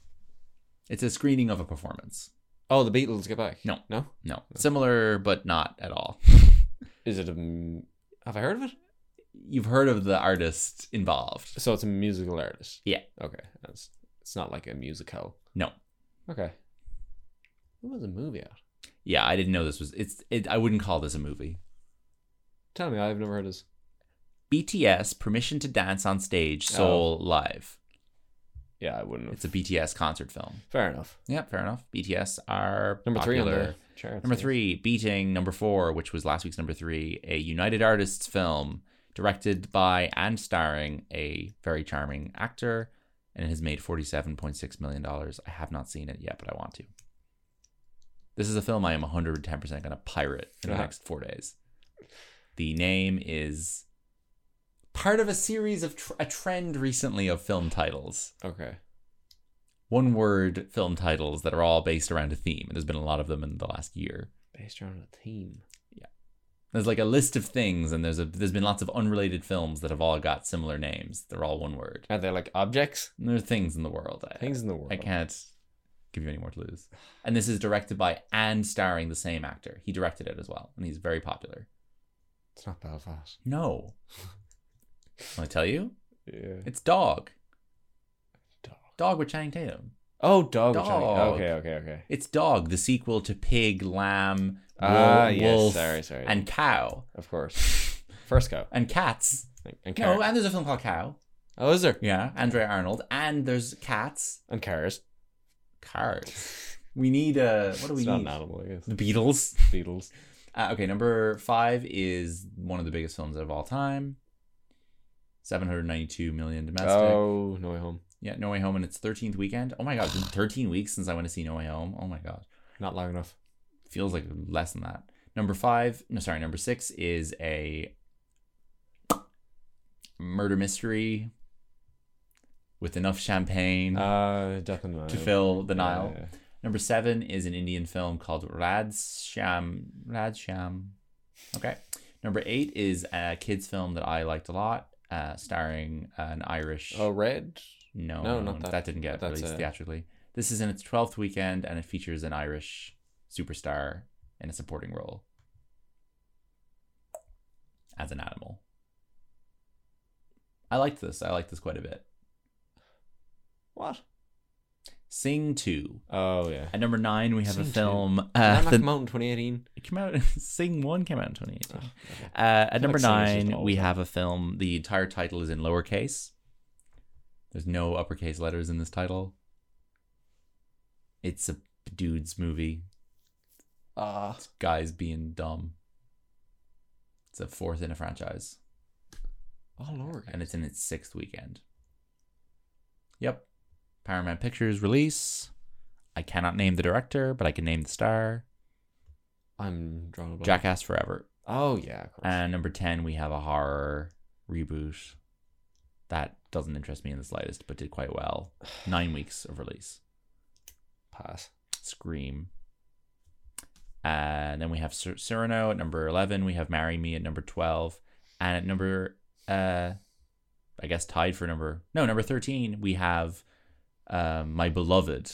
S1: It's a screening of a performance.
S2: Oh, the Beatles get back.
S1: No.
S2: no.
S1: No, similar but not at all.
S2: Is it a? m- Have I heard of it?
S1: You've heard of the artist involved.
S2: So it's a musical artist.
S1: Yeah.
S2: Okay. That's, it's not like a musical.
S1: No.
S2: Okay. What was the movie out?
S1: Yeah, I didn't know this was. It's. It, I wouldn't call this a movie.
S2: Tell me, I've never heard of this.
S1: BTS Permission to Dance on Stage
S2: Oh.
S1: Seoul Live.
S2: Yeah, I wouldn't have.
S1: It's a BTS concert film.
S2: Fair enough.
S1: Yeah, fair enough. BTS are
S2: Number three on
S1: popular.
S2: the charts.
S1: Number
S2: yeah.
S1: three, beating number four, which was last week's number three, a United Artists film directed by and starring a very charming actor, and it has made $47.6 million. I have not seen it yet, but I want to. This is a film I am 110% going to pirate in the
S2: Uh-huh.
S1: next four days. The name is part of a series of tr- a trend recently of film titles
S2: Okay.
S1: one word film titles that are all based around a theme. And there's been a lot of them in the last year.
S2: Based around a theme.
S1: There's like a list of things, and there's a there's been lots of unrelated films that have all got similar names. They're all one word.
S2: Are they like objects?
S1: And there are things in the world. I,
S2: Things in the world.
S1: Uh, I can't give you any more clues. And this is directed by and starring the same actor. He directed it as well, and he's very popular.
S2: It's not Belfast. [LAUGHS]
S1: No, I tell you,
S2: Yeah.
S1: it's Dog.
S2: Dog.
S1: Dog with Channing Tatum.
S2: Oh, dog.
S1: Dog.
S2: dog. Okay, okay, okay.
S1: It's Dog, the sequel to Pig, Lamb, Wo-
S2: Ah, yes.
S1: Wolf,
S2: Sorry, sorry.
S1: and Cow.
S2: Of course. First cow.
S1: and cats.
S2: And, and
S1: No,
S2: car.
S1: and there's a film called Cow.
S2: oh, is there?
S1: Yeah, Andrea Arnold, and there's cats,
S2: And cars.
S1: cars. We need uh, what do we need?
S2: it's not an animal, I guess.
S1: The Beatles.
S2: Beatles.
S1: Uh, okay, number five is one of the biggest films of all time. Seven hundred ninety-two million domestic.
S2: Oh, No Way Home.
S1: Yeah, No Way Home, and its thirteenth weekend. Oh my god, it's been thirteen weeks since I went to see No Way Home. Oh my god,
S2: Not long enough.
S1: feels like less than that. Number five, no, sorry, number six is a murder mystery with enough champagne.
S2: Uh, definitely.
S1: to fill the Nile.
S2: Yeah,
S1: Number seven is an Indian film called Radsham. Radsham. Okay. Number eight is a kids film that I liked a lot, uh, starring an Irish.
S2: yeah. Oh, red.
S1: no,
S2: no, not that.
S1: didn't get
S2: That's,
S1: released
S2: uh,
S1: theatrically. This is in its twelfth weekend, and it features an Irish superstar in a supporting role as an animal. I liked this. I liked this quite a bit.
S2: What?
S1: Sing two.
S2: Oh yeah.
S1: At number nine, we have a
S2: Sing two.
S1: film.
S2: Uh,
S1: Uh,
S2: that
S1: the,
S2: come out in 2018.
S1: it came out. [LAUGHS] Sing one came out in 2018.
S2: Oh,
S1: Uh, at number
S2: like Sing is
S1: nine,
S2: just
S1: we
S2: always up.
S1: have a film. The entire title is in lowercase. There's no uppercase letters in this title. It's a dude's movie.
S2: Ah,
S1: It's guys being dumb. It's a fourth in a franchise,
S2: all over again.
S1: and it's in its sixth weekend. Yep, Paramount Pictures release. I cannot name the director, but I can name the star.
S2: I'm drawing a blank.
S1: Jackass Forever.
S2: Oh yeah, of course.
S1: And number 10, we have a horror reboot that doesn't interest me in the slightest, but did quite well. Nine weeks of release.
S2: Pass.
S1: Scream. And then we have Cyr- Cyrano at number 11. We have Marry Me at number 12. And at number, uh, I guess, tied for number, no, number 13, we have uh, My Beloved,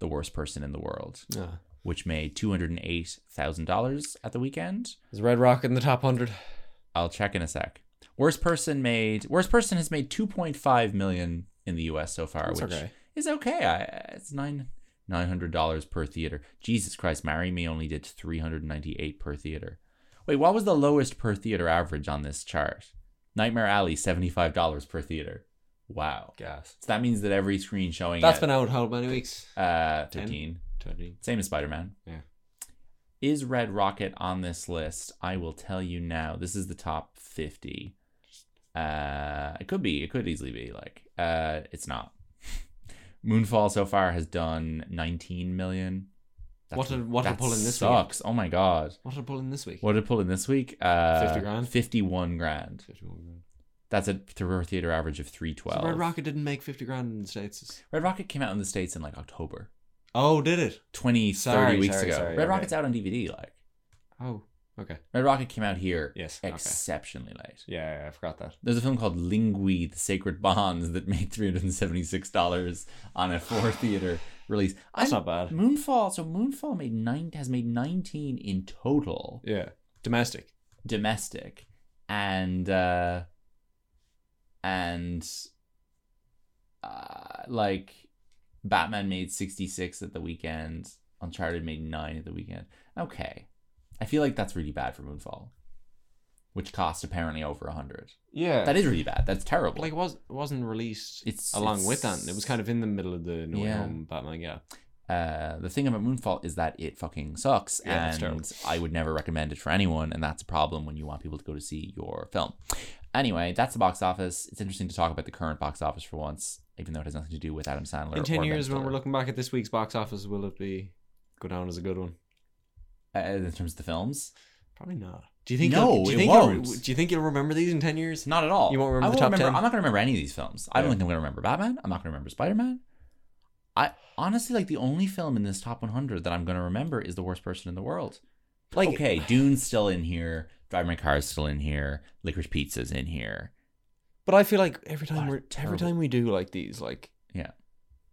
S1: The Worst Person in the World,
S2: Yeah.
S1: which made $208,000 at the weekend.
S2: Is Red Rocket in the top hundred?
S1: I'll check in a sec. Worst person made. Worst person has made 2.5 million in the U.S. so far,
S2: That's
S1: which
S2: okay.
S1: is okay. I, it's nine nine hundred dollars per theater. Jesus Christ, Marry Me only did 398 per theater. Wait, what was the lowest per theater average on this chart? Nightmare Alley, 75 dollars per theater. Wow.
S2: Gas.
S1: So that means that every screen showing
S2: That's
S1: at,
S2: been out how many weeks?
S1: uh
S2: Ten?
S1: 13.
S2: Twenty.
S1: Same as Spider Man.
S2: Yeah.
S1: Is Red Rocket on this list? I will tell you now. This is the top fifty. Uh, it could be. It could easily be. Like, uh, it's not. [LAUGHS] Moonfall so far has done nineteen million.
S2: What did- what did
S1: that
S2: it pull in this weekend?
S1: Sucks. Oh my god.
S2: What did it pull in this week?
S1: What did it pull in this week? Uh,
S2: 50 grand?
S1: Fifty-one grand.
S2: Fifty-one
S1: That's a per theater average of three twelve.
S2: grand. So Red Rocket didn't make fifty grand in the states.
S1: Red Rocket came out in the states in like October,
S2: Oh, did it?
S1: 20, 30
S2: Sorry,
S1: weeks
S2: sorry,
S1: ago.
S2: sorry,
S1: Red
S2: okay.
S1: Rocket's out on DVD. Like,
S2: Oh, okay.
S1: Red Rocket came out here
S2: Yes.
S1: exceptionally late.
S2: okay. Yeah, yeah, I forgot that.
S1: There's a film called Lingui, The Sacred Bonds, that made $376 on
S2: [SIGHS]
S1: a four theater release.
S2: That's
S1: I'm-
S2: not bad.
S1: Moonfall, so Moonfall made nine has made 19 in total
S2: Yeah. Domestic.
S1: domestic, and uh, and uh, like Batman made 66 at the weekend. Uncharted made nine at the weekend. Okay, I feel like that's really bad for Moonfall, which cost apparently over 100.
S2: Yeah.
S1: That is really bad. That's terrible.
S2: like it was it wasn't released
S1: It's-
S2: along
S1: it's-
S2: with that. It was kind of in the middle of the No Way
S1: Yeah.
S2: Home Batman. Yeah.
S1: uh, the thing about Moonfall is that it fucking sucks,
S2: Yeah, it's terrible.
S1: and I would never recommend it for anyone, and that's a problem when you want people to go to see your film. Anyway, that's the box office. It's interesting to talk about the current box office for once, even though it has nothing to do with Adam Sandler.
S2: In ten
S1: or Ben
S2: years, when
S1: Stiller.
S2: we're looking back at this week's box office, will it be go down as a good one?
S1: uh, in terms of the films,
S2: Probably not. Do you think?
S1: No,
S2: you'll- do you
S1: it
S2: think you'll-
S1: won't.
S2: do you think you'll remember these in ten years?
S1: not at all.
S2: You won't remember
S1: I
S2: the top 10?
S1: I'm not going to remember any of these films. I don't
S2: Yeah.
S1: think I'm going to remember Batman. I'm not going to remember Spider Man. I honestly like the only film in this top 100 that I'm going to remember is The Worst Person in the World.
S2: Like
S1: okay, Dune's still in here. Drive My Car's still in here. Licorice Pizza's in here.
S2: But I feel like every time
S1: What a
S2: we're every
S1: terrible-
S2: time we do like these like
S1: Yeah.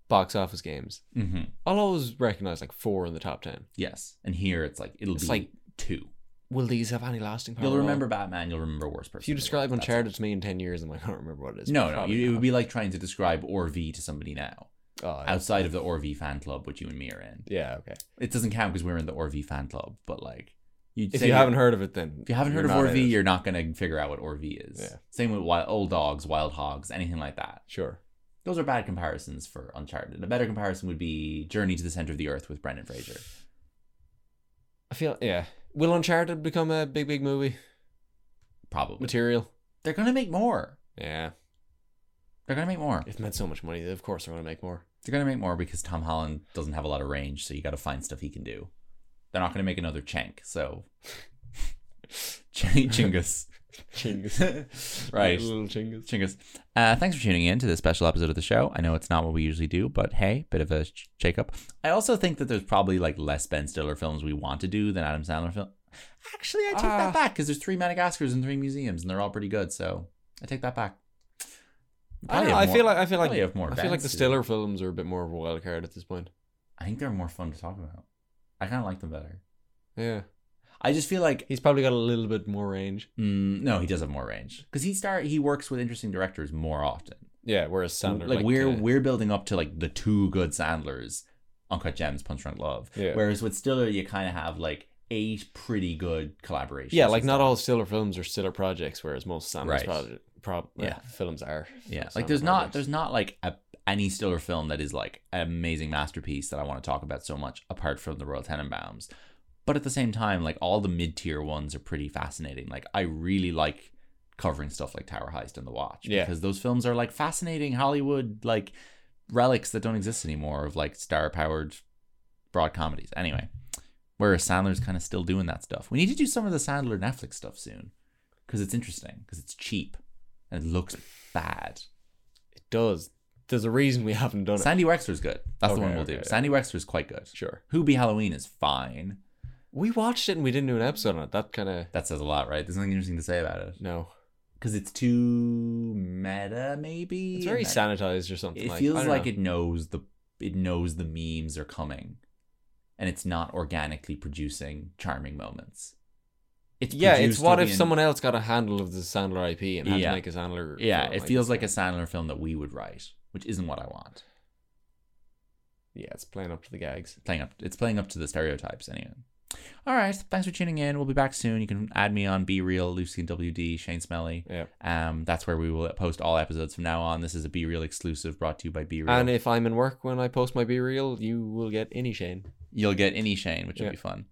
S2: box office games,
S1: hmm
S2: I'll always recognize like four in the top ten.
S1: Yes, and here it's like it'll
S2: It's
S1: be
S2: like-
S1: like two.
S2: Will these have any lasting power?
S1: You'll
S2: at all?
S1: remember Batman. You'll remember Worst Person.
S2: If you
S1: in the
S2: describe
S1: World, that's
S2: Uncharted to me in ten years, and I can't remember what it
S1: it.
S2: is.
S1: No, no,
S2: probably
S1: you, it
S2: not.
S1: would be like trying to describe Orv to somebody now
S2: Oh, yeah.
S1: outside of the Orv fan club, which you and me are in.
S2: yeah, okay.
S1: It doesn't count because we're in the Orv fan club, but like you'd
S2: If
S1: say
S2: you
S1: you're-
S2: haven't heard of it, then
S1: If you haven't heard
S2: you're
S1: of
S2: not
S1: Orv,
S2: in it.
S1: you're not going to figure out what Orv is.
S2: Yeah.
S1: Same with wild, old dogs, wild hogs, anything like that.
S2: sure.
S1: Those are bad comparisons for Uncharted. A better comparison would be Journey to the Center of the Earth with Brendan Fraser.
S2: I feel yeah. Will Uncharted become a big big movie
S1: Probably.
S2: material?
S1: They're going to make more.
S2: Yeah,
S1: They're going to make more.
S2: it's made so much money. Of course, they're gonna
S1: [LAUGHS]
S2: make more.
S1: They're going to make more because Tom Holland doesn't have a lot of range, so you got to find stuff he can do. They're not going to make another Chenk, so. [LAUGHS]
S2: [LAUGHS]
S1: Ch- Chingus.
S2: Chingus,
S1: Right.
S2: Little Chingus.
S1: Chingus. Uh, thanks for tuning in to this special episode of the show. I know it's not what we usually do, but hey, bit of a sh- shake-up. I also think that there's probably like less Ben Stiller films we want to do than Adam Sandler film. Actually, I take
S2: Ah.
S1: that back because there's three Madagascars and three museums, and they're all pretty good. So I take that back.
S2: I,
S1: Probably
S2: don't know, I
S1: have
S2: feel
S1: more-
S2: like I feel like
S1: probably have more
S2: I feel like
S1: bands
S2: the
S1: to do.
S2: Stiller films are a bit more of a wild card at this point.
S1: I think they're more fun to talk about. I kind of like them better.
S2: Yeah,
S1: I just feel like
S2: he's probably got a little bit more range.
S1: mm, no, he does have more range because he star he works with interesting directors more often.
S2: Yeah, whereas Sandler, uh,
S1: like, we're
S2: kinda-
S1: we're building up to like the two good Sandlers, Uncut Gems, Punch Drunk Love.
S2: Yeah.
S1: Whereas with Stiller, you kind of have like eight pretty good collaborations.
S2: yeah, like
S1: and
S2: not
S1: stuff.
S2: all Stiller films are Stiller projects, whereas most
S1: Right.
S2: Sandler's project prob- yeah.
S1: Yeah.
S2: films are.
S1: Yeah,
S2: Sandler
S1: like there's not
S2: projects.
S1: there's not like a, any Stiller film that is like an amazing masterpiece that I want to talk about so much apart from the Royal Tenenbaums. But at the same time, like all the mid tier ones are pretty fascinating. Like I really like covering stuff like Tower Heist and The Watch
S2: Yeah.
S1: because those films are like fascinating Hollywood like relics that don't exist anymore of like star powered broad comedies. Anyway, whereas Sandler's kind of still doing that stuff. We need to do some of the Sandler Netflix stuff soon because it's interesting, because it's cheap and it looks bad.
S2: It does. There's a reason we haven't done it.
S1: Sandy Wexler's good. That's the
S2: Okay,
S1: one we'll do.
S2: okay, yeah.
S1: Sandy Wexler's quite good.
S2: Sure.
S1: Who Be Halloween is fine.
S2: We watched it and we didn't do an episode on it. That kind of
S1: That says a lot, right? There's nothing interesting to say about it.
S2: no.
S1: Because it's too meta, maybe?
S2: It's very
S1: And that-
S2: sanitized or something.
S1: It
S2: like, I
S1: feels
S2: don't
S1: like
S2: know.
S1: it knows the it knows the memes are coming, and it's not organically producing charming moments. It's
S2: Yeah, it's
S1: produced
S2: what
S1: with
S2: if
S1: the-
S2: someone else got a handle of the Sandler IP and had
S1: Yeah.
S2: to make a Sandler.
S1: Yeah,
S2: film,
S1: it feels like a
S2: it's-
S1: Sandler film that we would write, which isn't what I want.
S2: Yeah, it's playing up to the gags.
S1: Playing up, it's playing up to the stereotypes anyway. All right, thanks for tuning in. We'll be back soon. You can add me on Be Real, Lucy and WD, Shane Smelly.
S2: Yeah.
S1: Um, that's where we will post all episodes from now on. This is a Be Real exclusive brought to you by Be Real.
S2: And if I'm in work when I post my B reel, you will get any Shane.
S1: you'll get any Shane, which will
S2: Yeah.
S1: be fun.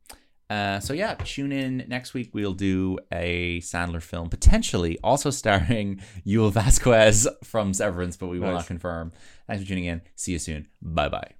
S1: Uh, so yeah, tune in next week. We'll do a Sandler film, potentially also starring Yul Vasquez from Severance, but we will
S2: Nice.
S1: not confirm. Thanks for tuning in. See you soon. Bye bye.